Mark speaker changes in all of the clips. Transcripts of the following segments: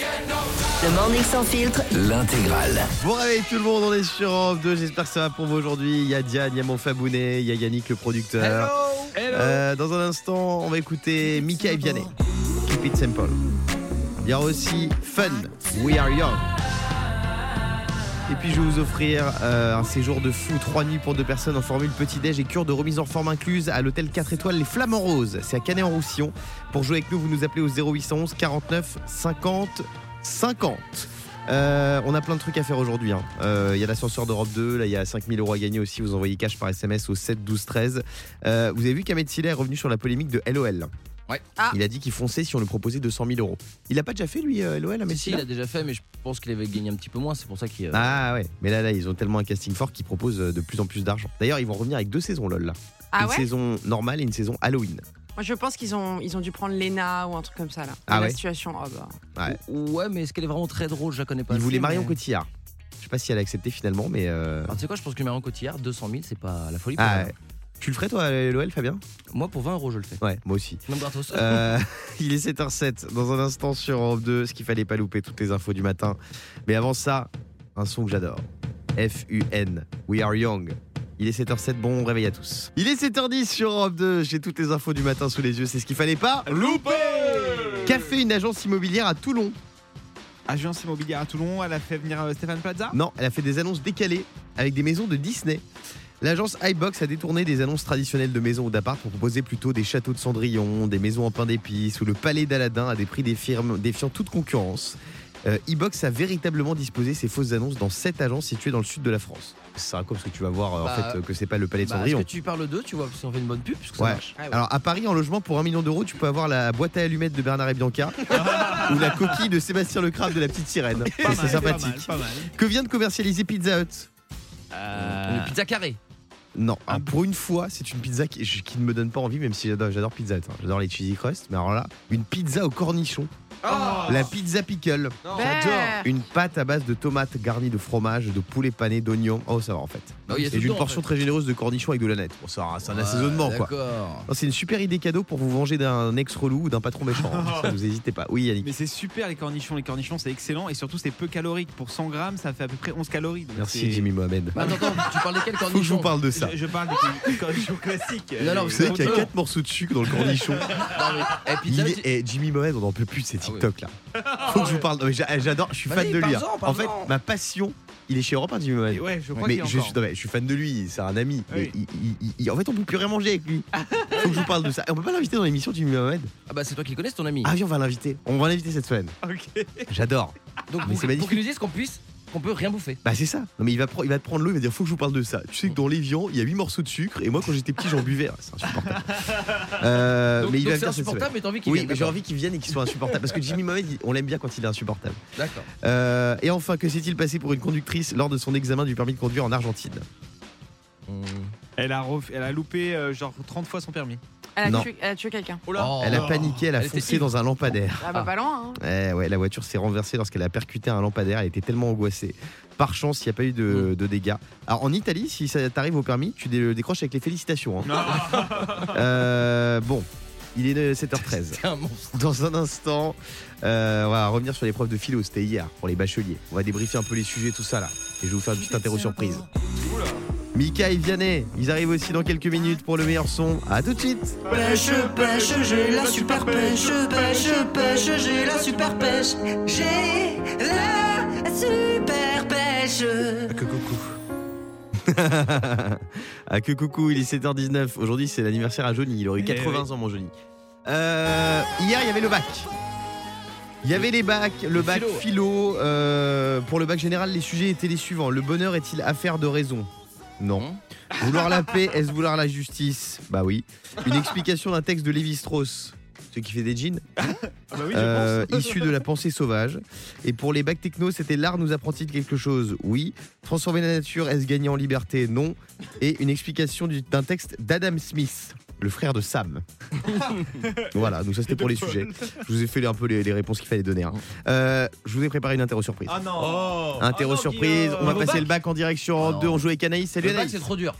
Speaker 1: Le morning sans filtre,
Speaker 2: L'intégrale.
Speaker 3: Bon réveil tout le monde, on est sur Europe 2, j'espère que ça va pour vous aujourd'hui. Il y a Diane, il y a mon Fabounet, il y a Yannick le producteur. Euh, dans un instant, on va écouter Mika et Vianney. Keep it simple. Il y aura aussi Fun, We Are Young. Et puis je vais vous offrir euh, un séjour de fou, trois nuits pour deux personnes en formule petit déj et cure de remise en forme incluse à l'hôtel 4 étoiles Les Flamants Roses. C'est à Canet-en-Roussillon. Pour jouer avec nous, vous nous appelez au 0811 49 50 50. Euh, on a plein de trucs à faire aujourd'hui. hein. Euh, Il y a l'ascenseur d'Europe 2, là il y a 5000 euros à gagner aussi. Vous envoyez cash par SMS au 7 12 13. Euh, vous avez vu qu'Ahmed Silla est revenu sur la polémique de LOL.
Speaker 4: Ouais.
Speaker 5: Ah.
Speaker 3: Il a dit qu'il fonçait si on lui proposait 200 000 euros. Il a pas déjà fait lui euh, LOL Ahmed
Speaker 4: Mais si, il
Speaker 3: Silla
Speaker 4: a déjà fait, mais je pense qu'il avait gagné un petit peu moins. C'est pour ça qu'il. euh,
Speaker 3: Ah ouais, mais là là ils ont tellement un casting fort qu'ils proposent euh, de plus en plus d'argent. D'ailleurs ils vont revenir avec deux saisons LOL là.
Speaker 5: Ah
Speaker 3: une
Speaker 5: ouais
Speaker 3: saison normale et une saison Halloween.
Speaker 5: Moi, je pense qu'ils ont, ils ont dû prendre Lena ou un truc comme ça, là.
Speaker 3: Ah
Speaker 5: la
Speaker 3: ouais
Speaker 5: situation. Oh, bah.
Speaker 3: Ouais.
Speaker 4: Ouais, mais est-ce qu'elle est vraiment très drôle Je la connais pas.
Speaker 3: Ils voulaient
Speaker 4: mais-
Speaker 3: Marion Cotillard. Je sais pas si elle a accepté finalement, mais euh,
Speaker 4: Ah, tu sais quoi, je pense que Marion Cotillard, 200 000, c'est pas la folie.
Speaker 3: ah,
Speaker 4: pour elle.
Speaker 3: tu le ferais toi LOL Fabien
Speaker 4: Moi, pour 20 euros, je le fais.
Speaker 3: Ouais, moi aussi.
Speaker 4: Même gratos.
Speaker 3: Euh, il est 7h07. Dans un instant sur Europe 2, ce qu'il fallait pas louper, toutes les infos du matin. Mais avant ça, un son que j'adore. F-U-N, We Are Young. Il est 7h07, bon réveil à tous. Il est 7h10 sur Europe 2, j'ai toutes les infos du matin sous les yeux, c'est ce qu'il fallait pas.
Speaker 6: Loupé
Speaker 3: Qu'a fait une agence immobilière à Toulon
Speaker 6: Agence immobilière à Toulon, elle a fait venir euh, Stéphane Plaza
Speaker 3: Non, elle a fait des annonces décalées avec des maisons de Disney. L'agence iBox a détourné des annonces traditionnelles de maisons ou d'appart pour proposer plutôt des châteaux de Cendrillon, des maisons en pain d'épices ou le palais d'Aladin à des prix des firmes défiant toute concurrence. Euh, iBox a véritablement disposé ses fausses annonces dans cette agence située dans le sud de la France. C'est un parce que tu vas voir euh,
Speaker 4: Bah,
Speaker 3: en fait euh, que c'est pas le palais de
Speaker 4: Bah, est-ce
Speaker 3: Cendrillon.
Speaker 4: que tu ah parles d'eux, tu vois, si on fait une bonne pub, parce que ça
Speaker 3: Ouais.
Speaker 4: marche.
Speaker 3: Alors à Paris, en logement pour un million d'euros, tu peux avoir la boîte à allumettes de Bernard et Bianca ou la coquille de Sébastien Le Crabe de la petite sirène.
Speaker 6: Pas mal,
Speaker 3: C'est sympathique.
Speaker 6: Pas mal, pas mal.
Speaker 3: Que vient de commercialiser Pizza Hut Euh,
Speaker 4: Une pizza carrée.
Speaker 3: Non,
Speaker 6: Ah
Speaker 3: alors,
Speaker 6: bon
Speaker 3: pour une fois, c'est une pizza qui, je- qui ne me donne pas envie, même si j'adore, j'adore Pizza Hut. hein. J'adore les cheesy crust, mais alors là, une pizza au cornichon,
Speaker 6: Oh.
Speaker 4: Ah.
Speaker 3: oh. la pizza pickle,
Speaker 5: J'adore.
Speaker 3: une pâte à base de tomates garnie de fromage, de poulet pané, d'oignons. Oh, ça va en fait.
Speaker 4: Bah oui, il y a
Speaker 3: Et
Speaker 4: tout
Speaker 3: d'une
Speaker 4: dedans, en
Speaker 3: portion
Speaker 4: fait.
Speaker 3: très généreuse de cornichons avec de la nette. Bon, ça, c'est un assaisonnement quoi.
Speaker 4: D'accord.
Speaker 3: Non, C'est une super idée cadeau pour vous venger d'un ex relou ou d'un patron méchant. hein. Ça, vous hésitez pas. Oui, Yannick.
Speaker 6: Mais c'est super les cornichons, les cornichons c'est excellent et surtout c'est peu calorique. Pour 100 grammes, ça fait à peu près 11 calories. Donc c'est-
Speaker 3: Merci, Jimmy Mohamed.
Speaker 4: Bah, attends, attends, tu parles de quel
Speaker 3: Faut que je vous
Speaker 4: cornichon
Speaker 3: parle de
Speaker 6: Je,
Speaker 3: ça.
Speaker 6: je parle des cornichons classiques.
Speaker 4: Non, non,
Speaker 6: Euh,
Speaker 3: Vous savez qu'il y a
Speaker 6: autant-
Speaker 3: quatre morceaux de sucre dans le cornichon.
Speaker 4: Et
Speaker 3: Il
Speaker 4: pizza,
Speaker 3: est- eh, Jimmy Mohamed, on n'en peut plus de ces
Speaker 4: Ah oui.
Speaker 3: TikTok là. Faut que je vous parle. Non, mais j'a- J'adore, je suis fan
Speaker 4: Vas-y,
Speaker 3: de lui. hein.
Speaker 4: parle-en,
Speaker 3: En fait,
Speaker 4: parle-en.
Speaker 3: ma passion, il est chez Europe 1, Jimmy
Speaker 6: Et
Speaker 3: Mohamed.
Speaker 6: Ouais, je crois
Speaker 3: mais
Speaker 6: qu'il y a
Speaker 3: je
Speaker 6: encore.
Speaker 3: suis, non, mais je suis fan de lui, c'est un ami. Mais il- il- il- en fait, on peut plus rien manger avec lui. Faut que je vous parle de ça. Et on peut pas l'inviter dans l'émission, Jimmy Mohamed.
Speaker 4: ah bah c'est toi qui le connais, c'est ton ami.
Speaker 3: Ah oui, on va l'inviter. On va l'inviter cette semaine.
Speaker 6: Ok.
Speaker 3: J'adore.
Speaker 4: Donc
Speaker 3: mais
Speaker 4: pour,
Speaker 3: c'est magnifique.
Speaker 4: pour qu'ils nous disent qu'on puisse, qu'on peut rien bouffer.
Speaker 3: Bah c'est ça. Non mais il va, pre- il va te prendre l'eau, il va dire faut que je vous parle de ça. Tu sais que dans les viandes, il y a 8 morceaux de sucre et moi quand j'étais petit j'en buvais. C'est insupportable. Euh,
Speaker 4: Donc,
Speaker 3: mais il
Speaker 4: donc
Speaker 3: va venir cette
Speaker 4: c'est
Speaker 3: semaine.
Speaker 4: insupportable, mais t'as envie qu'il
Speaker 3: Oui,
Speaker 4: vienne,
Speaker 3: mais j'ai
Speaker 4: d'accord.
Speaker 3: envie qu'il vienne et qu'il soit insupportable. Parce que Jimmy Mohamed, il- on l'aime bien quand il est insupportable.
Speaker 4: D'accord.
Speaker 3: Euh, et enfin, que s'est-il passé pour une conductrice lors de son examen du permis de conduire en Argentine
Speaker 4: Hum.
Speaker 6: Elle a, ref- elle a loupé euh, genre 30 fois son permis.
Speaker 5: Elle, a
Speaker 3: Non.
Speaker 5: tué, elle a tué quelqu'un.
Speaker 4: Oh.
Speaker 3: Elle a paniqué, elle a
Speaker 4: Elle était
Speaker 3: foncé
Speaker 4: ivre.
Speaker 3: dans un lampadaire.
Speaker 5: Ah, bah,
Speaker 4: Ah.
Speaker 5: pas loin, hein.
Speaker 3: Eh ouais, la voiture s'est renversée lorsqu'elle a percuté un lampadaire. Elle était tellement angoissée. Par chance, il n'y a pas eu
Speaker 4: Mm.
Speaker 3: de, de dégâts. Alors en Italie, si ça t'arrive au permis, tu dé- décroches avec les félicitations. hein. Euh, bon, il est de 7h13.
Speaker 4: T'es un monstre.
Speaker 3: Dans un instant, euh, on va revenir sur l'épreuve de philo, c'était hier pour les bacheliers. On va débriefer un peu les sujets, tout ça là. Et je vais vous faire une petite interro surprise. Mika et Vianney, ils arrivent aussi dans quelques minutes pour le meilleur son. À tout de suite
Speaker 1: pêche, pêche, j'ai la super pêche, pêche, pêche, j'ai la super pêche, j'ai la super pêche.
Speaker 3: que coucou Ah que coucou, il est 7h19. Aujourd'hui, c'est l'anniversaire à Johnny. Il aurait eu
Speaker 6: Eh
Speaker 3: 80 ans, mon Johnny. Euh, hier, il y avait le bac. Il y avait les bacs, le bac philo.
Speaker 4: philo.
Speaker 3: euh, pour le bac général, les sujets étaient les suivants. Le bonheur est-il affaire de raison Non. Vouloir la paix, est-ce vouloir la justice Bah oui. Une explication d'un texte de Lévi-Strauss, ce qui fait des jeans,
Speaker 6: Ah bah oui,
Speaker 3: euh, issu de la pensée sauvage. Et pour les bacs techno, c'était l'art nous apprend-il quelque chose Oui. Transformer la nature, est-ce gagner en liberté Non. Et une explication du- d'un texte d'Adam Smith, le frère de Sam. voilà, donc ça c'était pour les sujets. Je vous ai fait un peu les, les réponses qu'il fallait donner. hein.
Speaker 4: Oh.
Speaker 3: Euh, je vous ai préparé une interro surprise.
Speaker 6: Ah non. Oh.
Speaker 3: Interro surprise, on va passer le bac en direction
Speaker 4: Oh, non.
Speaker 3: 2, on joue avec Anaïs. Salut
Speaker 4: Le bac,
Speaker 3: Anaïs.
Speaker 4: c'est trop dur.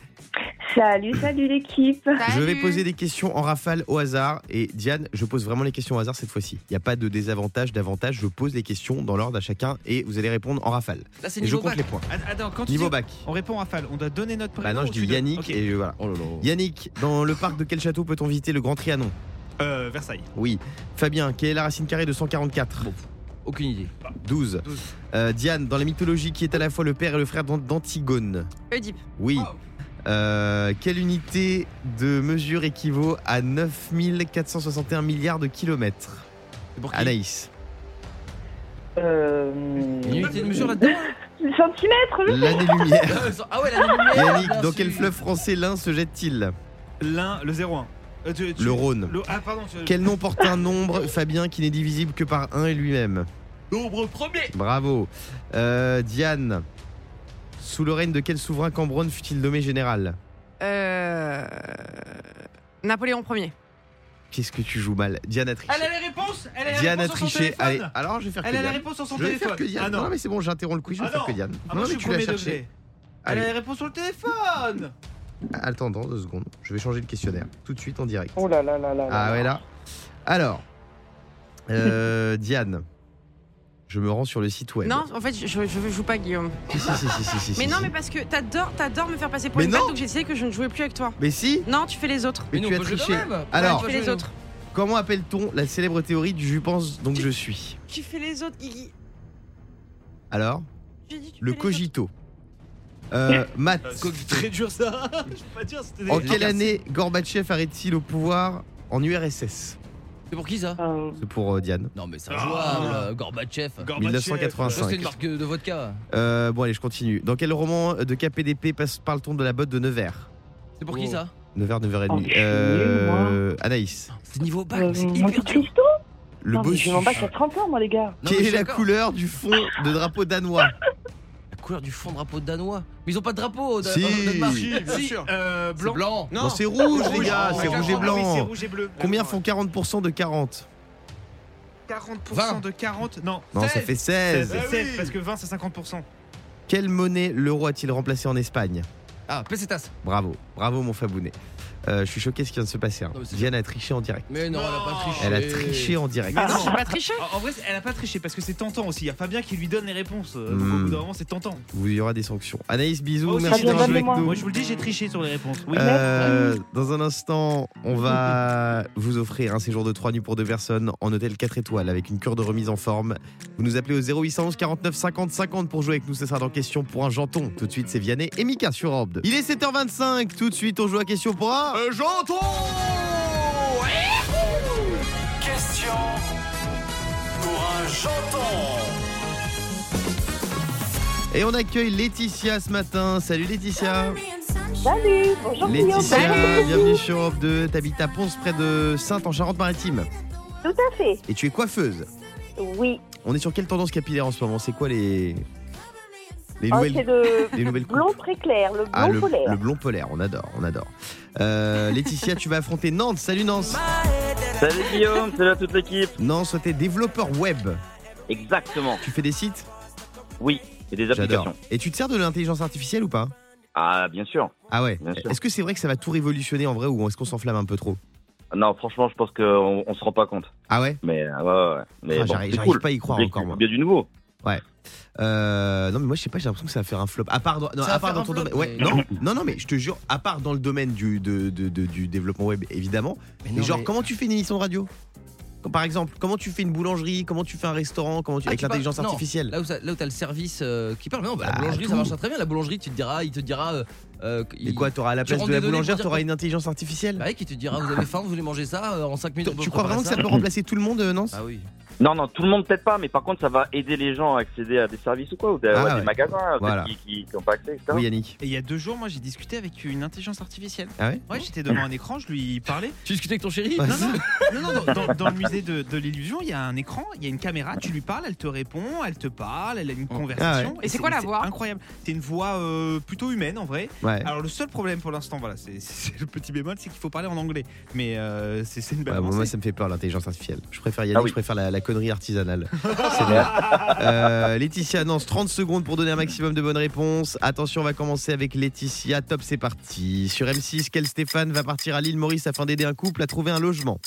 Speaker 2: Salut, salut l'équipe.
Speaker 3: Je vais poser des questions en rafale au hasard. Et Diane, je pose vraiment les questions au hasard cette fois-ci. Il n'y a pas de désavantage, d'avantage. Je pose les questions dans l'ordre à chacun et vous allez répondre en rafale.
Speaker 4: Là, c'est
Speaker 3: Et je
Speaker 4: niveau
Speaker 3: compte
Speaker 4: bac.
Speaker 3: les points.
Speaker 6: Att- Attends, quand tu
Speaker 3: Niveau
Speaker 6: dis-
Speaker 3: bac.
Speaker 6: on répond à Fall, on doit donner notre prénom.
Speaker 3: Bah non,
Speaker 6: ou
Speaker 3: je
Speaker 6: tu
Speaker 3: dis
Speaker 6: donnes-
Speaker 3: Yannick
Speaker 6: Ok.
Speaker 3: et voilà.
Speaker 4: Oh là là.
Speaker 3: Yannick, dans le parc de quel château peut-on visiter le Grand Trianon
Speaker 6: Euh, Versailles.
Speaker 3: Oui. Fabien, quelle est la racine carrée de 144
Speaker 4: Bon. Aucune idée.
Speaker 3: 12.
Speaker 6: Douze.
Speaker 3: Euh, Diane, dans la mythologie, qui est à la fois le père et le frère d'An- d'Antigone
Speaker 5: Oedipe.
Speaker 3: Oui.
Speaker 4: Oh.
Speaker 3: Euh, quelle unité de mesure équivaut à 9461 milliards de kilomètres
Speaker 4: C'est pour qui
Speaker 3: Anaïs.
Speaker 2: Euh...
Speaker 4: Il y a une unité de mesure là-dedans
Speaker 2: Centimètres oui.
Speaker 3: L'année-lumière.
Speaker 4: Ah ouais, la lumière
Speaker 3: Yannick,
Speaker 4: bien
Speaker 3: dans
Speaker 4: sûr.
Speaker 3: quel fleuve français l'un se jette-t-il
Speaker 6: L'un, le 01. Euh, tu- tu-
Speaker 3: Le Rhône.
Speaker 6: le- Ah, pardon. tu-
Speaker 3: Quel nom porte un nombre, Fabien, qui n'est divisible que par un et lui-même
Speaker 4: Nombre premier
Speaker 3: Bravo. Euh, Diane, sous le règne de quel souverain Cambronne fut-il nommé général
Speaker 5: Euh... Napoléon Ier.
Speaker 3: Qu'est-ce que tu joues mal Diane a triché.
Speaker 6: Elle a les réponses Elle a les
Speaker 3: Diane a
Speaker 6: réponses sur son
Speaker 3: triché. Allez,
Speaker 6: téléphone.
Speaker 3: alors je vais faire que
Speaker 6: Elle a les
Speaker 3: Diane.
Speaker 6: réponses sur son
Speaker 3: Je vais faire
Speaker 6: téléphone.
Speaker 3: que Diane.
Speaker 6: Ah
Speaker 3: non.
Speaker 6: non.
Speaker 3: mais c'est bon, j'interromps le quiz, je vais
Speaker 6: Ah
Speaker 3: faire que
Speaker 6: non.
Speaker 3: Diane.
Speaker 6: Ah,
Speaker 3: non
Speaker 6: moi, je
Speaker 3: mais
Speaker 6: suis
Speaker 3: tu l'as
Speaker 6: premier
Speaker 3: cherché.
Speaker 6: degré. Elle a
Speaker 3: Allez.
Speaker 6: les réponses sur le téléphone.
Speaker 3: Attends, attends, deux secondes. Je vais changer le questionnaire tout de suite en direct.
Speaker 2: Oh là là là là.
Speaker 3: Ah
Speaker 2: là.
Speaker 3: ouais là. Alors, euh, Diane, je me rends sur le site web.
Speaker 5: Non, en fait, je, je- je joue pas Guillaume.
Speaker 3: Si, si, si, si, si, bah. si,
Speaker 5: Mais
Speaker 3: si.
Speaker 5: non, mais parce que t'adores, t'adores me faire passer pour
Speaker 3: Mais
Speaker 5: une balle,
Speaker 3: non.
Speaker 5: donc j'ai décidé que je ne jouais plus avec toi.
Speaker 3: Mais si.
Speaker 5: Non, tu fais les autres.
Speaker 3: Mais,
Speaker 4: nous,
Speaker 3: tu
Speaker 4: on
Speaker 3: as
Speaker 4: peut jouer
Speaker 3: triché.
Speaker 4: quand même.
Speaker 3: Alors.
Speaker 5: tu fais les autres.
Speaker 3: Comment appelle-t-on la célèbre théorie du je pense donc je suis
Speaker 5: Tu fais les autres, Guigui.
Speaker 3: Alors,
Speaker 5: J'ai dit, tu
Speaker 3: le
Speaker 5: fais les autres.
Speaker 3: cogito. Euh, Matt,
Speaker 6: C'est très dur ça. Je peux pas dire. c'était des-
Speaker 3: en
Speaker 6: des
Speaker 3: quelle
Speaker 6: cartes.
Speaker 3: année Gorbatchev arrête-t-il au pouvoir en URSS
Speaker 4: C'est pour qui ça
Speaker 2: Euh,
Speaker 3: C'est pour euh, Diane.
Speaker 4: Non, mais c'est
Speaker 6: Ah.
Speaker 4: injouable, euh, Gorbatchev. Ça,
Speaker 6: Gorbatchev.
Speaker 3: 1985.
Speaker 4: C'est une marque de vodka.
Speaker 3: Euh, bon, allez, je continue. Dans quel roman de KPDP passe- parle-t-on de la botte de Nevers
Speaker 4: C'est pour qui
Speaker 3: Oh.
Speaker 4: ça
Speaker 3: 9h, 9h30.
Speaker 2: Enculé,
Speaker 3: Euh, Anaïs,
Speaker 4: C'est niveau
Speaker 3: Bah,
Speaker 4: bac,
Speaker 2: euh,
Speaker 4: c'est
Speaker 2: Monte
Speaker 4: hyper dur.
Speaker 2: Cristo
Speaker 3: le
Speaker 2: Non, mais
Speaker 3: bossu.
Speaker 2: Je m'en bats, à 30 ans, moi, les gars.
Speaker 4: Non, mais je
Speaker 3: Quelle est
Speaker 4: suis
Speaker 3: la
Speaker 4: d'accord.
Speaker 3: couleur du fond de drapeau danois
Speaker 4: La couleur du fond de drapeau danois. Mais ils ont pas de drapeau au Dan-
Speaker 3: Si.
Speaker 4: au Danemark.
Speaker 3: Si,
Speaker 6: bien
Speaker 4: Si.
Speaker 6: sûr. Euh,
Speaker 4: C'est
Speaker 6: blanc.
Speaker 4: blanc.
Speaker 3: Non, c'est rouge, les gars,
Speaker 4: Oh,
Speaker 3: c'est
Speaker 4: ouais,
Speaker 3: rouge et
Speaker 4: d'accord.
Speaker 6: Ah oui, c'est
Speaker 3: blanc.
Speaker 6: rouge et bleu.
Speaker 3: Combien
Speaker 6: Ouais.
Speaker 3: font 40% de 40
Speaker 6: 40%
Speaker 4: Vingt.
Speaker 6: de 40 Non.
Speaker 3: Non, ça fait 16.
Speaker 6: 16, parce que 20 c'est 50%.
Speaker 3: Quelle monnaie l'euro a-t-il remplacé en Espagne
Speaker 4: Ah, pesetas.
Speaker 3: Bravo, bravo mon Fabounet. Euh, je suis choqué ce qui vient de se passer. hein.
Speaker 4: Non, mais c'est
Speaker 3: Diane a triché en direct.
Speaker 4: Mais non, elle a pas triché.
Speaker 3: Elle a triché en direct.
Speaker 2: Ah.
Speaker 6: Mais non.
Speaker 5: J'ai pas triché.
Speaker 6: En en vrai, elle a pas triché parce que c'est tentant aussi. Il y a Fabien qui lui donne les réponses. euh, Donc
Speaker 3: Hmm.
Speaker 6: au bout d'un moment, c'est tentant.
Speaker 3: Vous il y aura des sanctions. Anaïs, bisous,
Speaker 6: Moi aussi,
Speaker 3: merci
Speaker 6: j'ai
Speaker 3: d'avoir joué
Speaker 2: bonne
Speaker 3: avec
Speaker 2: mémoire.
Speaker 3: nous.
Speaker 6: Moi, je vous le dis, j'ai triché sur les réponses. Oui.
Speaker 3: Euh, dans un instant, on va vous offrir un séjour de 3 nuits pour deux personnes en hôtel 4 étoiles avec une cure de remise en forme. Vous nous appelez au 0811 49 50 50 pour jouer avec nous. Ce sera dans Question pour un janton. Tout de suite, c'est Vianney et Mika sur Orbe. Il est 7h25. Tout de suite, on joue à Question pour un euh, janton
Speaker 7: Question pour un janton.
Speaker 3: Et on accueille Laetitia ce matin. Salut Laetitia.
Speaker 2: Salut, bonjour Guillaume.
Speaker 3: Laetitia, bienvenue sur Orbe 2. T'habites à Ponce près de Sainte en Charente-Maritime.
Speaker 2: Tout à fait.
Speaker 3: Et tu es coiffeuse.
Speaker 2: Oui.
Speaker 3: On est sur quelle tendance capillaire en ce moment C'est quoi les. Les
Speaker 2: Oh,
Speaker 3: nouvelles
Speaker 2: c'est le
Speaker 3: Les nouvelles coupes.
Speaker 2: blond très clair, le blond
Speaker 3: Ah, le,
Speaker 2: polaire.
Speaker 3: le blond polaire, on adore, on adore. Euh, Laetitia, tu vas affronter Nance. Salut Nance.
Speaker 8: Salut Guillaume, salut à toute l'équipe.
Speaker 3: Nance, toi, t'es développeur web.
Speaker 8: Exactement,
Speaker 3: Tu fais des sites
Speaker 8: oui, et des
Speaker 3: J'adore.
Speaker 8: applications.
Speaker 3: Et tu te sers de l'intelligence artificielle ou pas
Speaker 8: Ah, bien sûr.
Speaker 3: Ah ouais.
Speaker 8: Bien sûr.
Speaker 3: Est-ce que c'est vrai que ça va tout révolutionner en vrai ou est-ce qu'on s'enflamme un peu trop
Speaker 8: Non, franchement, je pense qu'on on se rend pas compte.
Speaker 3: Ah ouais
Speaker 8: Mais euh, ouais, ouais, ouais. Mais
Speaker 3: Ah,
Speaker 8: bon,
Speaker 3: J'arrive
Speaker 8: c'est
Speaker 3: j'arrive
Speaker 8: cool.
Speaker 3: pas à y croire
Speaker 8: Bien-
Speaker 3: encore moi.
Speaker 8: bien du nouveau.
Speaker 3: Euh, non mais moi je sais pas, j'ai l'impression que ça va faire un flop. À part dans, non,
Speaker 4: Ça va
Speaker 3: à part
Speaker 4: faire
Speaker 3: dans
Speaker 4: un
Speaker 3: ton
Speaker 4: flop,
Speaker 3: domaine. Ouais,
Speaker 4: mais-
Speaker 3: non, non, non mais je te jure, à part dans le domaine du, de- de- de- du développement web évidemment. Mais genre comment tu fais une émission de radio Comme Par exemple, comment tu fais une boulangerie Comment tu fais un restaurant Comment tu...
Speaker 4: Ah,
Speaker 3: Avec
Speaker 4: tu parles-
Speaker 3: l'intelligence
Speaker 4: non.
Speaker 3: artificielle
Speaker 4: Là où, ça- là où t'as le service euh, qui parle, mais non, bah,
Speaker 3: Ah,
Speaker 4: la boulangerie ça
Speaker 3: tout.
Speaker 4: marche très bien. La boulangerie, tu te diras, il te dira. Euh, euh, qu'il-
Speaker 3: Mais quoi, t'auras à la
Speaker 4: Tu
Speaker 3: place
Speaker 4: rends
Speaker 3: de la
Speaker 4: des données
Speaker 3: boulangère,
Speaker 4: pour
Speaker 3: t'auras
Speaker 4: dire-
Speaker 3: une intelligence artificielle
Speaker 4: Bah oui, qui te dira, vous avez faim, vous voulez manger ça euh, en 5 minutes. on peut
Speaker 3: Tu crois
Speaker 4: préparer
Speaker 3: vraiment que ça peut remplacer tout le monde, euh, Nance
Speaker 4: Ah oui.
Speaker 8: Non, non, tout le monde peut-être pas, mais par contre, ça va aider les gens à accéder à des services ou quoi, ou des,
Speaker 3: Ah,
Speaker 8: ouais, des
Speaker 3: ouais.
Speaker 8: magasins euh,
Speaker 3: Voilà.
Speaker 8: peut-être qui n'ont pas accès, etc.
Speaker 3: Oui, Yannick.
Speaker 6: Et il y a deux jours, moi, j'ai discuté avec une intelligence artificielle.
Speaker 3: Ah ouais Ah
Speaker 6: Ouais, j'étais devant un écran, je lui parlais.
Speaker 4: Tu discutais avec ton chéri
Speaker 3: Ouais.
Speaker 6: Non, non, non, non, dans, dans- dans le musée de, de l'illusion, il y a un écran, il y a une caméra, tu lui parles, elle te répond, elle te parle, elle a
Speaker 3: Ah
Speaker 6: une conversation.
Speaker 5: Et c'est quoi la voix
Speaker 6: Incroyable. C'est une voix euh, plutôt humaine en vrai.
Speaker 3: Ouais.
Speaker 6: Alors le seul problème pour l'instant, voilà, c'est- c'est le petit bémol, c'est qu'il faut parler en anglais. Mais euh, c'est c'est une belle
Speaker 3: Ouais, bon,
Speaker 6: avancée.
Speaker 3: moi, ça me fait peur, l'intelligence artificielle. Je préfère Yannick,
Speaker 8: Ah oui.
Speaker 3: je préfère la, la connerie artisanale. C'est vrai. Euh, Laetitia annonce 30 secondes pour donner un maximum de bonnes réponses. Attention, on va commencer avec Laetitia. Top, c'est parti. Sur M6, quel Stéphane va partir à l'île Maurice afin d'aider un couple à trouver un logement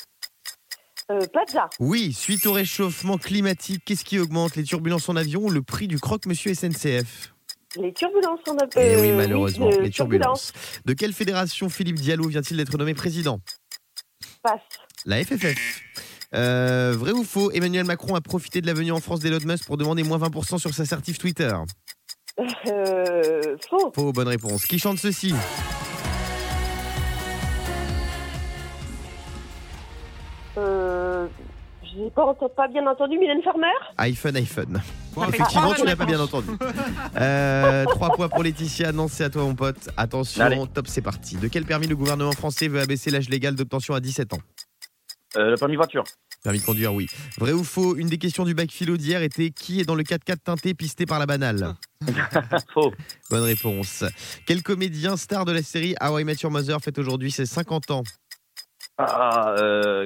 Speaker 2: Euh, Plaza.
Speaker 3: Oui, suite au réchauffement climatique, qu'est-ce qui augmente Les turbulences en avion ou le prix du croque-monsieur SNCF
Speaker 2: Les turbulences, on a
Speaker 3: Eh
Speaker 2: euh,
Speaker 3: oui, malheureusement,
Speaker 2: euh,
Speaker 3: les turbulences. De quelle fédération Philippe Diallo vient-il d'être nommé président
Speaker 2: Passe.
Speaker 3: La FFF. Euh, vrai ou faux, Emmanuel Macron a profité de la venue en France d'Elon Musk pour demander moins 20% sur sa certif Twitter.
Speaker 2: Euh, faux.
Speaker 3: Faux, bonne réponse. Qui chante ceci
Speaker 2: Euh, je n'ai pas, enten- pas bien entendu Mylène Farmer.
Speaker 3: iPhone, iPhone.
Speaker 5: Ça fait
Speaker 3: Effectivement,
Speaker 5: trois
Speaker 3: tu n'as pas
Speaker 5: bonnes
Speaker 3: bien entendu. Euh, Trois points pour Laetitia. Non, c'est à toi, mon pote. Attention,
Speaker 8: Allez.
Speaker 3: top, c'est parti. De quel permis le gouvernement français veut abaisser l'âge légal d'obtention à 17 ans
Speaker 8: Euh, le permis voiture.
Speaker 3: Permis de conduire, oui. Vrai ou faux Une des questions du bac philo d'hier était qui est dans le 4x4 teinté pisté par la banale
Speaker 8: Faux.
Speaker 3: Bonne réponse. Quel comédien star de la série How I Met Your Mother fête aujourd'hui ses 50 ans
Speaker 8: Ah, euh, euh,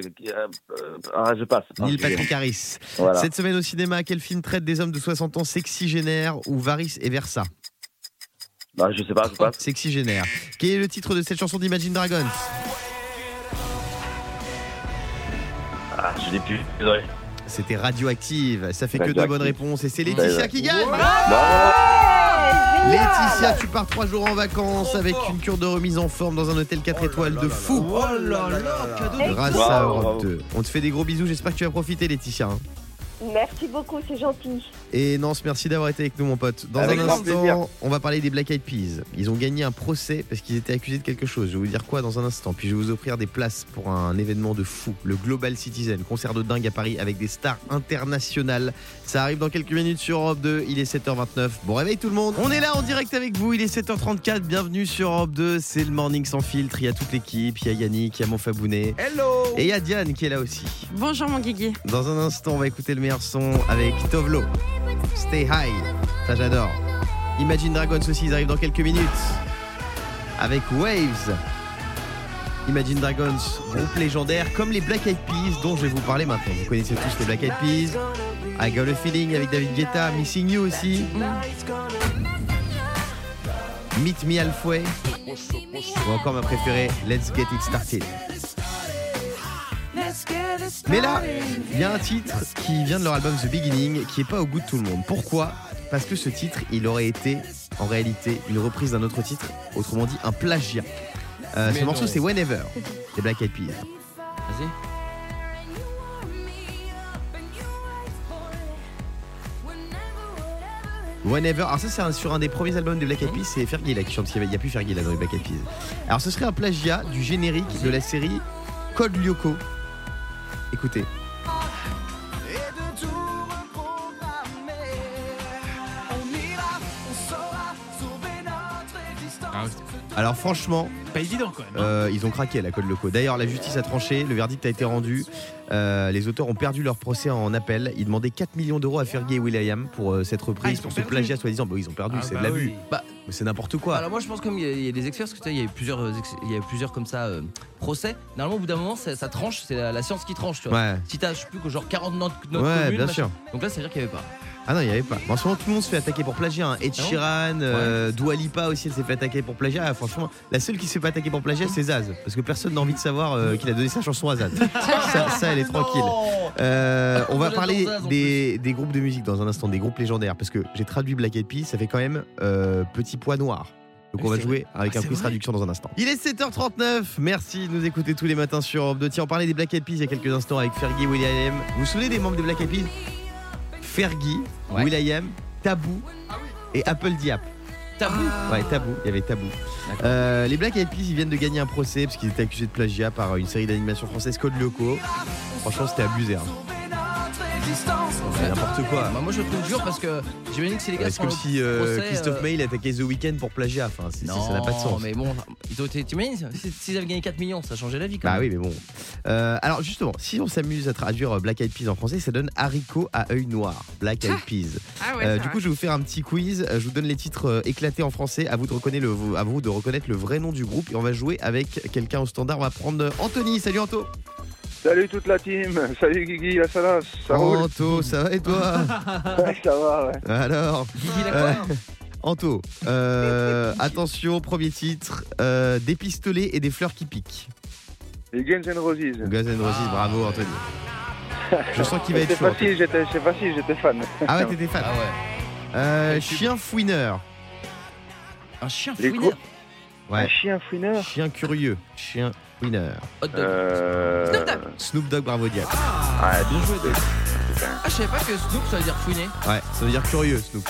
Speaker 8: ah, je passe.
Speaker 3: Neil Patrick Harris.
Speaker 8: Voilà.
Speaker 3: Cette semaine au cinéma, quel film traite des hommes de 60 ans sexygénaires ou varices et versa
Speaker 8: Bah, je sais pas, je passe.
Speaker 3: Sexygénaire. Quel est le titre de cette chanson d'Imagine Dragons
Speaker 8: Ah, je l'ai plus. Désolé.
Speaker 3: C'était Radioactive. Ça fait que deux bonnes réponses et c'est Laetitia qui gagne.
Speaker 8: Bravo.
Speaker 3: Laetitia, tu pars trois jours en vacances avec une cure de remise en forme dans un hôtel 4 étoiles de fou.
Speaker 4: Oh là là, cadeau de
Speaker 3: Grâce
Speaker 8: Bravo,
Speaker 3: à Europe
Speaker 8: bravo.
Speaker 3: 2. On te fait des gros bisous, j'espère que tu vas profiter Laetitia. hein.
Speaker 2: Merci beaucoup, c'est gentil.
Speaker 3: Et Nance, merci d'avoir été avec nous mon pote. Dans
Speaker 8: Avec
Speaker 3: un
Speaker 8: grand
Speaker 3: instant,
Speaker 8: plaisir.
Speaker 3: on va parler des Black Eyed Peas. Ils ont gagné un procès parce qu'ils étaient accusés de quelque chose. Je vais vous dire quoi dans un instant. Puis je vais vous offrir des places pour un événement de fou, le Global Citizen, concert de dingue à Paris avec des stars internationales. Ça arrive dans quelques minutes sur Europe 2, il est 7h29. Bon réveil tout le monde. On est là en direct avec vous, il est 7h34. Bienvenue sur Europe 2, c'est le Morning sans filtre. Il y a toute l'équipe, il y a Yannick, il y a mon Fabounet.
Speaker 6: Hello
Speaker 3: Et il y a Diane qui est là aussi.
Speaker 5: Bonjour mon Guigui.
Speaker 3: Dans un instant, on va écouter le meilleur son avec Tovlo. Stay high. Ça, j'adore. Imagine Dragons aussi, ils arrivent dans quelques minutes. Avec Waves. Imagine Dragons, groupe légendaire comme les Black Eyed Peas dont je vais vous parler maintenant. Vous connaissez tous les Black Eyed Peas. I Got a Feeling avec David Guetta, Missing You aussi. Meet Me Halfway. Ou encore ma préférée, Let's Get It Started. Mais là, il y a un titre qui vient de leur album The Beginning qui est pas au goût de tout le monde. Pourquoi Parce que ce titre, il aurait été en réalité une reprise d'un autre titre, autrement dit un plagiat. Euh, ce
Speaker 4: Mais
Speaker 3: morceau
Speaker 4: non.
Speaker 3: c'est Whenever des Black Eyed Peas.
Speaker 4: Vas-y.
Speaker 3: Whenever, alors ça c'est un- sur un des premiers albums des Black Eyed Peas, c'est Fergie là qui chante, il n'y a plus Fergie là dans les Black Eyed Peas. Alors ce serait un plagiat du générique de la série Code Lyoko. Écoutez. Alors franchement,
Speaker 6: Pas évident quand même. hein.
Speaker 3: Euh, ils ont craqué la Code Loco. D'ailleurs, la justice a tranché, le verdict a été rendu. Euh, les auteurs ont perdu leur procès en appel. Ils demandaient 4 millions d'euros à Fergie et Will.i.am pour euh, cette reprise,
Speaker 6: Ah, ils ont
Speaker 3: pour ce
Speaker 6: perdu.
Speaker 3: plagiat soi-disant. Bah oui, ils ont perdu,
Speaker 6: Ah,
Speaker 3: c'est
Speaker 6: bah
Speaker 3: de l'abus.
Speaker 6: oui.
Speaker 3: Bah, mais c'est n'importe quoi.
Speaker 4: Alors moi je pense comme il y a- il y, a des experts parce que tu sais, il y a eu plusieurs, euh, ex- il y a eu plusieurs comme ça euh, procès. Normalement au bout d'un moment ça, ça tranche, c'est la, la science qui tranche. Tu vois.
Speaker 3: Ouais,
Speaker 4: Si t'as je sais plus que genre 40 notes, notes
Speaker 3: ouais
Speaker 4: communes,
Speaker 3: bien
Speaker 4: machin.
Speaker 3: sûr.
Speaker 4: Donc là ça veut dire qu'il y avait pas.
Speaker 3: Ah non, il n'y avait pas. Bon, en ce moment, tout le monde se fait attaquer pour plagiat. hein. Ed
Speaker 4: Ah bon
Speaker 3: Sheeran, euh, Dua Lipa aussi, elle s'est fait attaquer pour plagiat. Ah, franchement, la seule qui se fait pas attaquer pour plagiat, c'est Zaz. Parce que personne n'a envie de savoir euh, qu'il a donné sa chanson à Zaz. ça, ça, elle est tranquille. Euh, on va
Speaker 4: J'adore
Speaker 3: parler
Speaker 4: Zaz, en
Speaker 3: des, des groupes de musique dans un instant, des groupes légendaires, parce que j'ai traduit Black Eyed Peas, ça fait quand même euh, petit poids noir. Donc
Speaker 6: Oui,
Speaker 3: on va
Speaker 6: c'est
Speaker 3: jouer avec
Speaker 6: Ah,
Speaker 3: un
Speaker 6: c'est
Speaker 3: quiz
Speaker 6: vrai.
Speaker 3: traduction dans un instant. Il est 7h39, merci de nous écouter tous les matins sur Europe 2. Tiens, on parlait des Black Eyed Peas il y a quelques instants avec Fergie, William. Vous vous souvenez des membres des Black Eyed Peas Fergie,
Speaker 4: Ouais.
Speaker 3: Will.i.am, Tabou et Apple Diap.
Speaker 4: Tabou.
Speaker 3: Ouais, Tabou, il y avait Tabou. Euh, les Black Eyed Peas, ils viennent de gagner un procès parce qu'ils étaient accusés de plagiat par une série d'animation française Code Loco. Franchement, c'était abusé. hein. C'est n'importe quoi.
Speaker 4: Bah, moi je le trouve dur parce que j'imagine que c'est les gars qui
Speaker 3: C'est
Speaker 4: sont
Speaker 3: comme si euh,
Speaker 4: procès,
Speaker 3: Christophe
Speaker 4: euh,
Speaker 3: May il attaquait The Weeknd pour plagiat. Enfin, c'est- c'est- ça n'a pas de sens.
Speaker 4: mais bon, ils ont été. T'imagines si- S'ils avaient gagné 4 millions, ça changeait la vie quand
Speaker 3: Bah
Speaker 4: même.
Speaker 3: oui, mais bon. Euh, alors justement, si on s'amuse à traduire euh, Black Eyed Peas en français, ça donne haricot à œil noir. Black Eyed Peas.
Speaker 5: Ah ouais,
Speaker 3: Euh,
Speaker 5: c'est
Speaker 3: du
Speaker 5: vrai.
Speaker 3: coup, je vais vous faire un petit quiz. Euh, Je vous donne les titres euh, éclatés en français. À vous de reconnaître le, à vous de reconnaître le vrai nom du groupe. Et on va jouer avec quelqu'un au standard. On va prendre euh, Anthony. Salut Anto.
Speaker 9: Salut toute la team, salut Guigui, la salace, ça
Speaker 3: Oh.
Speaker 9: roule
Speaker 3: Anto, ça va et toi
Speaker 9: Ouais, Ça va, ouais.
Speaker 3: Alors,
Speaker 4: Guigui
Speaker 3: euh,
Speaker 4: Lacroix.
Speaker 3: Anto, euh, attention, premier titre euh, des pistolets et des fleurs qui piquent.
Speaker 9: Les Guns N' Roses.
Speaker 3: Guns N' Roses, bravo Anthony. Je sens qu'il va être
Speaker 9: C'est
Speaker 3: chaud. Anthony.
Speaker 9: facile, j'étais c'est facile, j'étais fan.
Speaker 3: Ah ouais, t'étais fan.
Speaker 4: Ah ouais.
Speaker 3: Euh, chien fouineur.
Speaker 4: Un chien
Speaker 9: Les
Speaker 4: fouineur.
Speaker 3: Ouais.
Speaker 9: Un chien fouineur
Speaker 3: Chien curieux. Chien fouineur.
Speaker 4: Hot dog.
Speaker 9: Euh...
Speaker 5: Snoop Dogg.
Speaker 3: Snoop Dogg, bravo Diane.
Speaker 9: Ouais, bien joué, Dogg.
Speaker 4: Ah, je savais pas que Snoop, ça veut dire fouiner.
Speaker 3: Ouais, ça veut dire curieux, Snoop.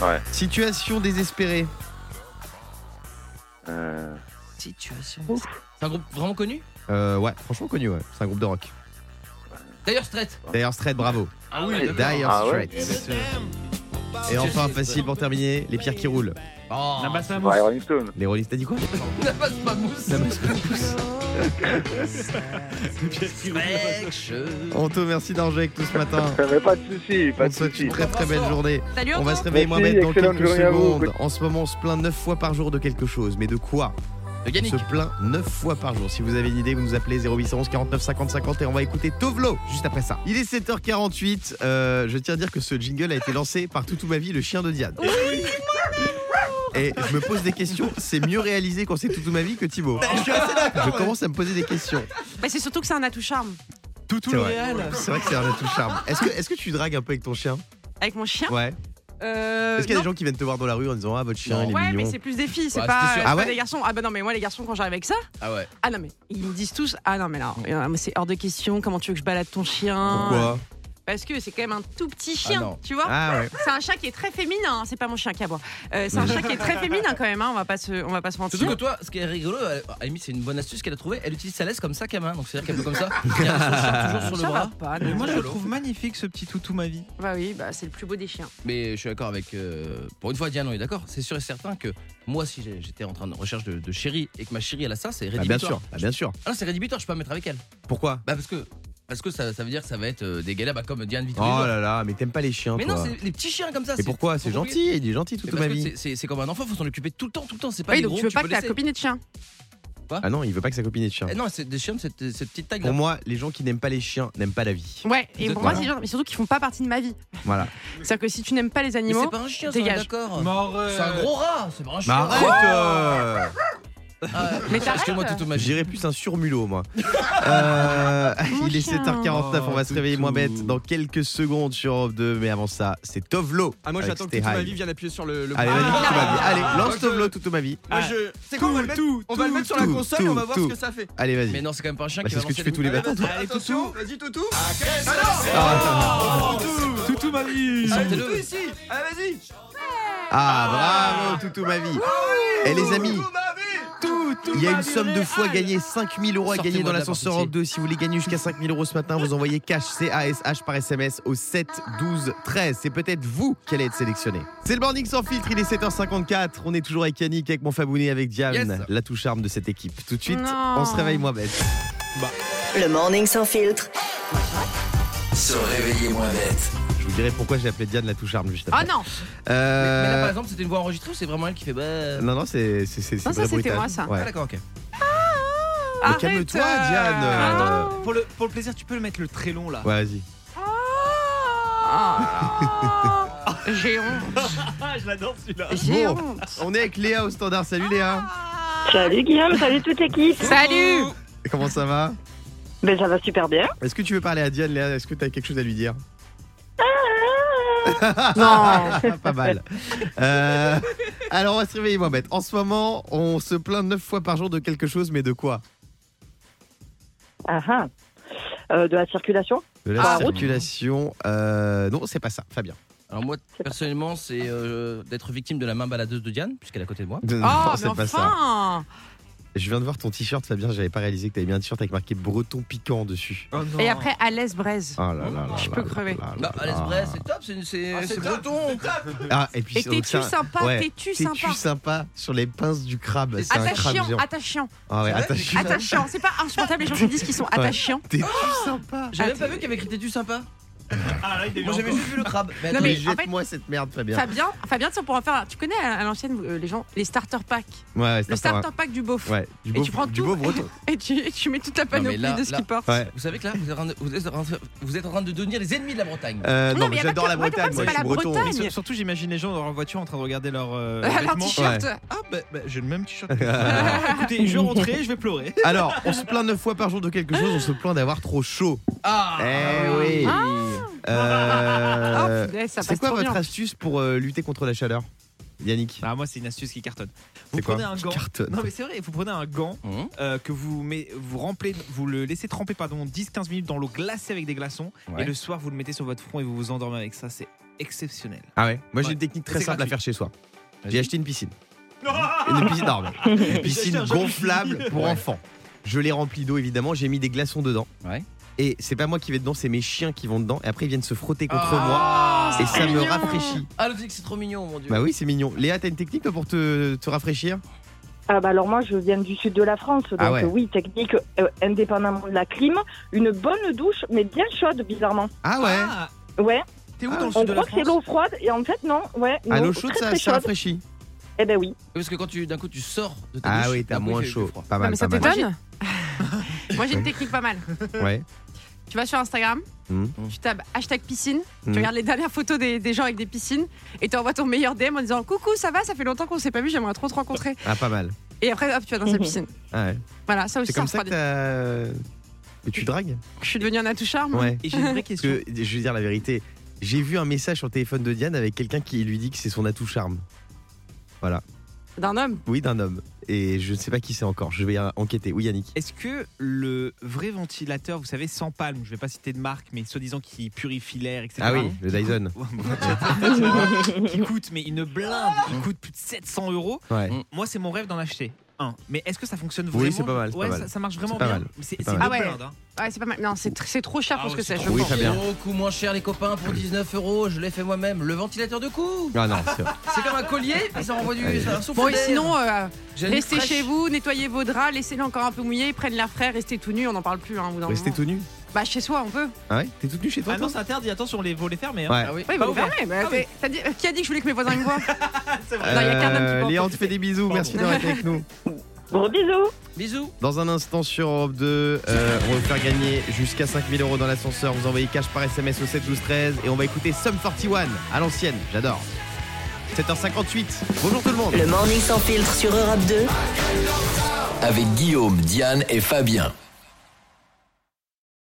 Speaker 9: Ouais.
Speaker 3: Situation désespérée.
Speaker 9: Euh...
Speaker 4: Situation. C'est un groupe vraiment connu
Speaker 3: Euh, ouais, franchement connu, ouais. C'est un groupe de rock.
Speaker 4: D'ailleurs, Straight.
Speaker 3: D'ailleurs, Straits, bravo.
Speaker 4: Ah
Speaker 6: oui,
Speaker 4: d'accord.
Speaker 3: Dire
Speaker 9: Ah ouais.
Speaker 3: Straits. Et enfin, facile pour terminer, les pierres qui roulent.
Speaker 4: Oh.
Speaker 6: La basse à mousse.
Speaker 9: Ouais, Rolling Stone.
Speaker 3: Les Rolling, t'as dit quoi
Speaker 4: La basse mousse. La basse mousse.
Speaker 3: Anto, merci d'avoir joué avec nous ce matin.
Speaker 9: Mais pas de soucis, pas
Speaker 3: On
Speaker 9: de
Speaker 3: te souhaite
Speaker 9: soucis.
Speaker 3: une très très belle journée.
Speaker 5: Salut,
Speaker 3: On va
Speaker 5: Anto.
Speaker 3: se réveiller
Speaker 9: Merci,
Speaker 3: Mohamed dans
Speaker 9: excellente
Speaker 3: quelques
Speaker 9: journée à vous.
Speaker 3: secondes. En ce moment, on se plaint 9 fois par jour de quelque chose. Mais de quoi
Speaker 4: Le
Speaker 3: On
Speaker 4: Yannick.
Speaker 3: se plaint 9 fois par jour. Si vous avez une idée, vous nous appelez 0811 49 50 50 et on va écouter Tovlo juste après ça. Il est 7h48. Euh, je tiens à dire que ce jingle a été lancé par Toutou Mavi, le chien de Diane. Et je me pose des questions. C'est mieux réalisé quand c'est Toutou Mavi que Thibaut. Je suis assez d'accord. Je commence à me poser des questions.
Speaker 5: Mais Bah, c'est surtout que c'est un atout charme.
Speaker 6: Tout, tout
Speaker 3: C'est
Speaker 6: le
Speaker 3: vrai.
Speaker 6: réel.
Speaker 3: C'est vrai que c'est un atout charme. Est-ce que, est-ce que tu dragues un peu avec ton chien
Speaker 5: Avec mon chien.
Speaker 3: Ouais.
Speaker 5: euh,
Speaker 3: Est-ce qu'il y a
Speaker 5: non.
Speaker 3: des gens qui viennent te voir dans la rue en disant Ah, votre chien,
Speaker 4: Non.
Speaker 3: il est
Speaker 5: Ouais, mais
Speaker 3: mignon
Speaker 5: c'est plus des filles, c'est
Speaker 4: Ouais,
Speaker 5: pas,
Speaker 4: c'était sûr.
Speaker 5: c'est
Speaker 3: Ah
Speaker 5: pas
Speaker 3: ouais
Speaker 5: des garçons. Ah bah non, mais moi les garçons quand j'arrive avec ça,
Speaker 4: Ah ouais.
Speaker 5: ah non mais ils me disent tous, ah non mais là, euh, mais c'est hors de question. Comment tu veux que je balade ton chien
Speaker 3: Pourquoi
Speaker 5: Parce que c'est quand même un tout petit
Speaker 4: Ah
Speaker 5: chien,
Speaker 4: non.
Speaker 5: tu vois.
Speaker 3: Ah ouais.
Speaker 5: C'est un chat qui est très féminin. hein. C'est pas mon chien qui aboie. Euh, c'est un
Speaker 3: Mhm.
Speaker 5: chat qui est très féminin quand même. hein. On va pas se, on va pas se mentir.
Speaker 4: Surtout que toi, ce qui est rigolo, elle- ah, Amy, c'est une bonne astuce qu'elle a trouvée. Elle utilise sa laisse comme ça, à main. Donc c'est-à-dire qu'elle peut comme ça. Elle a son chien toujours sur le
Speaker 5: Ça va
Speaker 4: bras.
Speaker 5: pas.
Speaker 6: Mais
Speaker 5: non.
Speaker 6: moi, je le trouve magnifique, ce petit toutou ma vie.
Speaker 5: Bah oui, bah c'est le plus beau des chiens.
Speaker 4: Mais je suis d'accord avec. euh, pour une fois, Diane, on est d'accord. C'est sûr et certain que moi, si j'ai- j'étais en train de recherche de, de chérie et que ma chérie, elle a ça, c'est
Speaker 3: Ah, bien
Speaker 4: rédhibitoire.
Speaker 3: sûr, Ah, bien sûr.
Speaker 4: Ah non, c'est rédhibitoire, je peux pas me mettre avec elle.
Speaker 3: Pourquoi
Speaker 4: Bah parce que. Parce que ça, ça veut dire que ça va être euh, des galères bah, comme Diane Vito.
Speaker 3: Oh là là, mais t'aimes pas les chiens,
Speaker 4: mais
Speaker 3: toi.
Speaker 4: non, c'est les petits chiens comme ça.
Speaker 3: Et pourquoi
Speaker 4: faut
Speaker 3: C'est
Speaker 4: compliqué.
Speaker 3: gentil, il est gentil toute
Speaker 4: Mais parce
Speaker 3: ma
Speaker 4: que
Speaker 3: vie.
Speaker 4: c'est- C'est c'est comme un enfant, faut s'en occuper tout le temps, tout le temps. C'est pas
Speaker 5: Oui,
Speaker 4: des
Speaker 5: donc
Speaker 4: gros,
Speaker 5: tu veux pas
Speaker 4: peux
Speaker 5: que ta
Speaker 4: laisser.
Speaker 5: copine ait de chien.
Speaker 3: Ah non, il veut pas que sa copine ait de chien.
Speaker 4: Eh Non, c'est des chiens de cette, cette petite taille.
Speaker 3: Pour moi, les gens qui n'aiment pas les chiens n'aiment pas la vie.
Speaker 5: Ouais. Et pour moi,
Speaker 3: Voilà.
Speaker 5: c'est genre, mais surtout qu'ils font pas partie de ma vie.
Speaker 3: Voilà.
Speaker 5: C'est-à-dire que si tu n'aimes pas les
Speaker 4: mais c'est
Speaker 5: animaux,
Speaker 4: pas un chien, ça, on est
Speaker 5: dégage.
Speaker 4: d'accord.
Speaker 6: Mort.
Speaker 4: C'est un gros rat, c'est pas un
Speaker 3: Mais
Speaker 4: chien.
Speaker 3: arrête euh,
Speaker 4: Ah,
Speaker 5: Mais t'arrêtes.
Speaker 4: Excuse-moi, tout
Speaker 3: Je dirais plus un surmulot, moi. Euh,
Speaker 5: Mon
Speaker 3: il est
Speaker 5: chien.
Speaker 3: 7h49, on va se
Speaker 6: Oh,
Speaker 3: réveiller
Speaker 6: toutou.
Speaker 3: Mohamed dans quelques secondes sur Europe 2. Mais avant ça, c'est Tovlo.
Speaker 10: Ah, moi
Speaker 3: avec
Speaker 10: j'attends que
Speaker 3: Stay
Speaker 10: toute ma
Speaker 3: High.
Speaker 10: vie vienne appuyer sur le. le
Speaker 3: Allez,
Speaker 10: bouton. Ah,
Speaker 3: vas-y, Toutou ma vie.
Speaker 6: Ah.
Speaker 3: Allez,
Speaker 10: Moi,
Speaker 3: lance Ah.
Speaker 10: je-
Speaker 3: Tovlo, toute ma vie.
Speaker 10: Moi, je- C'est quoi On va le mettre, on va le mettre sur la
Speaker 3: tout,
Speaker 10: console
Speaker 3: tout,
Speaker 10: et on va voir
Speaker 3: tout.
Speaker 10: ce que ça fait.
Speaker 3: Allez,
Speaker 4: Mais
Speaker 3: vas-y.
Speaker 4: non, c'est quand même pas un chien
Speaker 3: Bah,
Speaker 4: qui
Speaker 3: c'est
Speaker 4: va
Speaker 3: ce que tu
Speaker 4: lancer
Speaker 3: fais
Speaker 4: des
Speaker 3: tous les
Speaker 4: boules.
Speaker 3: matins.
Speaker 10: Allez, attention, vas-y Toutou.
Speaker 3: Ah,
Speaker 6: Toutou ma vie.
Speaker 10: Allez,
Speaker 4: Sortez-le.
Speaker 10: Toutou ici. Allez, vas-y.
Speaker 3: ah, bravo, Toutou ma vie. Et les amis,
Speaker 10: Toutou, ma vie.
Speaker 3: Il y a une somme de fois gagnée, 5000 euros à gagner
Speaker 4: Sortez-moi
Speaker 3: dans
Speaker 4: de là,
Speaker 3: l'ascenseur
Speaker 4: par
Speaker 3: en
Speaker 4: pitié.
Speaker 3: 2. Si vous voulez gagner jusqu'à 5000 euros ce matin, vous envoyez cash CASH par SMS au 7 12 13. C'est peut-être vous qui allez être sélectionné. C'est le morning sans filtre, il est 7h54. On est toujours avec Yannick, avec mon fabouné, avec Diane,
Speaker 4: Yes.
Speaker 3: la touche arme de cette équipe. Tout de suite,
Speaker 5: Non.
Speaker 3: on se réveille moins bête.
Speaker 1: Le morning sans filtre.
Speaker 7: Se réveiller moins bête.
Speaker 3: Je vous dirai pourquoi j'ai appelé Diane la touche arme juste
Speaker 5: ah
Speaker 3: après.
Speaker 5: non,
Speaker 4: Mais,
Speaker 3: Euh,
Speaker 4: mais là, par exemple, c'était une voix enregistrée ou c'est vraiment elle qui fait. Bah...
Speaker 3: non, non, c'est c'est- c'est- c'est
Speaker 5: Non,
Speaker 3: vrai
Speaker 5: ça, c'était
Speaker 3: bruitage.
Speaker 5: moi, ça.
Speaker 3: Ouais.
Speaker 4: Ah, d'accord, ok.
Speaker 3: Mais
Speaker 5: arrête.
Speaker 3: Calme-toi,
Speaker 5: euh,
Speaker 3: Diane.
Speaker 5: ah non.
Speaker 3: euh,
Speaker 6: Pour le, pour le plaisir, tu peux le mettre le très long là.
Speaker 3: Ouais, vas-y.
Speaker 5: Oh Ah. J'ai honte.
Speaker 6: Ah, je l'adore celui-là.
Speaker 5: J'ai
Speaker 3: Bon.
Speaker 5: honte.
Speaker 3: On est avec Léa au standard. Salut Léa.
Speaker 2: Salut Guillaume, salut toute l'équipe.
Speaker 5: Salut.
Speaker 3: Comment ça va
Speaker 2: Ben ça va super bien.
Speaker 3: Est-ce que tu veux parler à Diane, Léa Est-ce que tu as quelque chose à lui dire
Speaker 5: Non.
Speaker 3: Ah, pas mal. Euh, alors, on va se réveiller, Mohamed. En ce moment, on se plaint 9 fois par jour de quelque chose, mais de quoi
Speaker 2: Ah ah. Euh, de la circulation.
Speaker 3: De la
Speaker 2: Ah, route.
Speaker 3: circulation. euh, non, c'est pas ça, Fabien.
Speaker 4: Alors, moi, personnellement, c'est euh, d'être victime de la main baladeuse de Diane, puisqu'elle est à côté de moi.
Speaker 3: Non,
Speaker 5: Oh,
Speaker 3: c'est
Speaker 5: mais
Speaker 3: pas ça.
Speaker 5: enfin
Speaker 3: Je viens de voir ton t-shirt, Fabien. J'avais pas réalisé que t'avais mis un t-shirt avec marqué breton piquant dessus.
Speaker 6: Oh non.
Speaker 5: Et après, Alès Braise.
Speaker 3: Oh là là là
Speaker 5: Je
Speaker 3: là
Speaker 5: peux
Speaker 3: là
Speaker 5: crever.
Speaker 3: là
Speaker 4: Bah,
Speaker 3: là
Speaker 4: Alex
Speaker 3: là.
Speaker 4: Bray, c'est top, c'est c'est-
Speaker 10: Ah, c'est
Speaker 4: c'est
Speaker 10: top.
Speaker 4: breton.
Speaker 3: Ah, et puis
Speaker 5: Et
Speaker 3: c'est- donc, c'est
Speaker 5: t'es-tu
Speaker 3: un-
Speaker 5: sympa,
Speaker 3: ouais.
Speaker 5: t'es-tu
Speaker 3: T'es-tu
Speaker 5: sympa Ah,
Speaker 3: sympa sur les pinces du crabe. C'est un crabe
Speaker 5: Attachant,
Speaker 3: géant.
Speaker 5: attachant,
Speaker 3: Ah ouais, attaché.
Speaker 5: ah, attachant. C'est pas insupportable les gens qui disent qu'ils sont attachants.
Speaker 3: T'es-tu sympa
Speaker 4: J'avais même pas vu qu'il y avait écrit T'es-tu sympa
Speaker 6: Ah, là, il devient
Speaker 4: Moi j'avais
Speaker 6: encore-
Speaker 4: juste vu le crabe. Mais
Speaker 5: Non,
Speaker 4: attends,
Speaker 5: mais-
Speaker 4: je-
Speaker 5: en fait-
Speaker 3: Jette-moi cette merde, Fabien.
Speaker 5: Fabien, Fabien, tiens, on pourra faire. Tu connais à à l'ancienne euh, les gens les starter packs,
Speaker 3: Ouais,
Speaker 5: le
Speaker 3: c'est
Speaker 5: starter pack du beauf.
Speaker 3: Ouais, du
Speaker 5: Et
Speaker 3: beau,
Speaker 5: tu prends
Speaker 3: du
Speaker 5: tout.
Speaker 3: beau breton.
Speaker 5: Et tu, et tu mets toute la
Speaker 4: mais
Speaker 5: panoplie
Speaker 4: là-
Speaker 5: de ce
Speaker 4: là-
Speaker 5: qu'il porte.
Speaker 3: Ouais.
Speaker 4: Vous savez que là, vous êtes, en train de- vous êtes en train de- vous êtes en train de devenir les ennemis de la Bretagne.
Speaker 3: Euh,
Speaker 5: Non,
Speaker 3: non,
Speaker 5: mais
Speaker 3: mais
Speaker 5: y a
Speaker 3: j'adore
Speaker 5: pas
Speaker 3: la
Speaker 5: que- ouais,
Speaker 3: Bretagne,
Speaker 5: c'est
Speaker 3: moi
Speaker 5: pas
Speaker 3: je suis
Speaker 5: la
Speaker 3: breton.
Speaker 5: Bretagne.
Speaker 6: Mais sur- surtout, j'imagine les gens dans leur voiture en train de regarder leur euh,
Speaker 5: Alors
Speaker 6: vêtements.
Speaker 5: t-shirt.
Speaker 6: Ah, bah, bah, j'ai le même t-shirt. Ah, écoutez, je vais rentrer, je vais pleurer.
Speaker 3: Alors, on se plaint neuf fois par jour de quelque chose, on se plaint d'avoir trop chaud.
Speaker 4: Ah
Speaker 3: Eh oui.
Speaker 5: Ah,
Speaker 3: Euh,
Speaker 5: punaise, ça
Speaker 3: C'est
Speaker 5: passe
Speaker 3: quoi
Speaker 5: trop
Speaker 3: votre
Speaker 5: bien.
Speaker 3: astuce pour euh, lutter contre la chaleur, Yannick
Speaker 6: Ah, moi, c'est une astuce qui cartonne. Vous
Speaker 3: C'est quoi
Speaker 6: prenez un gant.
Speaker 3: Cartonne.
Speaker 6: Non, mais c'est vrai, vous prenez un gant
Speaker 3: Mmh.
Speaker 4: Hum.
Speaker 6: euh, que vous, met- vous, remplez, vous le laissez tremper pardon, 10-15 minutes dans l'eau glacée avec des glaçons.
Speaker 4: Ouais.
Speaker 6: Et le soir, vous le mettez sur votre front et vous vous endormez avec ça. C'est exceptionnel.
Speaker 3: Ah ouais Moi j'ai
Speaker 6: Ouais.
Speaker 3: une technique très
Speaker 6: C'est
Speaker 3: simple à
Speaker 6: gratuit.
Speaker 3: faire chez soi. J'ai
Speaker 6: Vas-y.
Speaker 3: acheté une piscine. Une piscine, non, mais une piscine
Speaker 6: J'ai acheté un jacuzzi.
Speaker 3: gonflable pour enfants. Je l'ai remplie d'eau évidemment, j'ai mis des glaçons dedans.
Speaker 4: Ouais.
Speaker 3: Et c'est pas moi qui vais dedans, c'est mes chiens qui vont dedans. Et après ils viennent se frotter contre
Speaker 4: Ah,
Speaker 3: moi. Et
Speaker 4: c'est
Speaker 3: ça me
Speaker 5: mignon.
Speaker 3: rafraîchit.
Speaker 4: Ah, le truc, c'est trop mignon, mon dieu.
Speaker 3: Bah oui, c'est mignon. Léa, t'as une technique toi, pour te, te rafraîchir
Speaker 2: Ah bah alors moi je viens du sud de la France, donc
Speaker 3: Ah ouais.
Speaker 2: euh, oui, technique euh, indépendamment de la clim, une bonne douche mais bien chaude bizarrement.
Speaker 3: Ah ouais
Speaker 6: Ah,
Speaker 2: Ouais, Ah.
Speaker 6: T'es où dans le
Speaker 2: on
Speaker 6: sud de la
Speaker 2: croit que c'est
Speaker 6: France
Speaker 2: l'eau froide et en fait non, ouais,
Speaker 3: À
Speaker 2: non,
Speaker 3: Ah, l'eau chaude,
Speaker 2: très,
Speaker 3: ça,
Speaker 2: très
Speaker 3: ça
Speaker 2: chaude.
Speaker 3: rafraîchit.
Speaker 2: Eh ben oui.
Speaker 4: Parce que quand tu d'un coup tu sors de ta
Speaker 3: Ah
Speaker 4: douche,
Speaker 3: oui, t'as
Speaker 4: d'un coup,
Speaker 3: moins
Speaker 4: il fait- il fait
Speaker 3: chaud.
Speaker 4: froid.
Speaker 3: Pas
Speaker 5: Non,
Speaker 3: mal,
Speaker 5: mais ça
Speaker 3: pas mal.
Speaker 5: t'étonne Moi j'ai une technique pas mal.
Speaker 3: Ouais.
Speaker 5: Tu vas sur Instagram,
Speaker 3: Hmm.
Speaker 5: tu tapes hashtag piscine,
Speaker 3: Hmm.
Speaker 5: tu regardes les dernières photos des, des gens avec des piscines et tu envoies ton meilleur DM en disant coucou, ça va, ça fait longtemps qu'on s'est pas vu, j'aimerais trop te rencontrer.
Speaker 3: Ah, pas mal.
Speaker 5: Et après, hop, tu vas dans sa
Speaker 2: Mhm.
Speaker 5: piscine.
Speaker 3: Ah ouais.
Speaker 5: Voilà, ça aussi,
Speaker 3: C'est
Speaker 5: ça
Speaker 3: comme ça que
Speaker 5: refroidit.
Speaker 3: t'as. Que tu dragues
Speaker 5: Je suis devenue un atouchard, moi.
Speaker 3: Ouais.
Speaker 6: Et j'ai une vraie
Speaker 3: Parce
Speaker 6: question.
Speaker 3: que je vais dire la vérité. J'ai vu un message sur le téléphone de Diane avec quelqu'un qui lui dit que c'est son atout charme.
Speaker 5: D'un homme.
Speaker 3: Oui, d'un homme. Et je ne sais pas qui c'est encore. Je vais euh, enquêter. Oui, Yannick.
Speaker 6: Est-ce que le vrai ventilateur, vous savez, sans palme, je vais pas citer de marque, mais soi-disant qui purifie l'air, etc.
Speaker 3: Ah oui, le Dyson.
Speaker 6: qui coûte, mais une blinde, qui coûte plus de 700 euros.
Speaker 3: Ouais.
Speaker 6: Moi, c'est mon rêve d'en acheter un. Mais est-ce que ça fonctionne
Speaker 3: Oui,
Speaker 6: vraiment
Speaker 3: c'est pas mal, c'est
Speaker 6: Ouais,
Speaker 3: pas mal.
Speaker 6: Ça, ça marche vraiment
Speaker 3: C'est pas
Speaker 6: bien.
Speaker 3: mal,
Speaker 6: Mais C'est
Speaker 3: pas mal.
Speaker 6: c'est une
Speaker 5: Ah ouais.
Speaker 6: blinde. hein.
Speaker 5: Ouais, c'est pas mal. Non, c'est tr- c'est trop cher
Speaker 6: Ah
Speaker 5: pour ce
Speaker 6: ouais,
Speaker 5: que
Speaker 6: c'est
Speaker 5: c'est, je
Speaker 3: trop
Speaker 5: pense.
Speaker 3: cher. Très bien.
Speaker 4: Beaucoup moins cher les copains pour 19 euros, je l'ai fait moi-même. Le ventilateur de cou
Speaker 3: Ah non, c'est vrai.
Speaker 4: C'est comme un collier, puis ça renvoie du
Speaker 3: Allez.
Speaker 4: ça souffle
Speaker 5: Bon, et
Speaker 4: d'air.
Speaker 5: sinon, euh,
Speaker 4: J'ai une
Speaker 5: restez
Speaker 4: fraîche.
Speaker 5: chez vous, nettoyez vos draps, laissez-les encore un peu mouillés, prennent l'air frais, restez tout nus, on n'en parle plus. Hein, au bout d'un
Speaker 3: Restez
Speaker 5: moment.
Speaker 3: tout nu
Speaker 5: Bah, chez soi, on peut.
Speaker 3: Ah ouais T'es tout nu chez toi
Speaker 6: Ah non, c'est interdit. Attention, les volets fermés. hein.
Speaker 3: toi Ouais.
Speaker 4: Ah oui.
Speaker 5: Oui,
Speaker 6: Pas
Speaker 5: vous le
Speaker 6: ouvert.
Speaker 5: fermez, mais
Speaker 6: Ah
Speaker 5: t'es- hein, t'as dit- euh, Qui a dit que je voulais que mes voisins me voient Non, il y a qu'un homme
Speaker 6: Euh,
Speaker 5: qui peut en
Speaker 3: Euh, Léa, on te fait des bisous.
Speaker 6: Pardon.
Speaker 3: Merci d'avoir été avec nous.
Speaker 2: Gros bisous.
Speaker 4: Bisous.
Speaker 3: Dans un instant sur Europe 2, euh, on va vous faire gagner jusqu'à 5000 euros dans l'ascenseur. Vous envoyez cash par SMS au 7 12 13 et on va écouter Sum 41 à l'ancienne. J'adore. 7h58. Bonjour tout le monde.
Speaker 1: Le morning sans filtre sur Europe 2.
Speaker 7: Avec Guillaume, Diane et Fabien.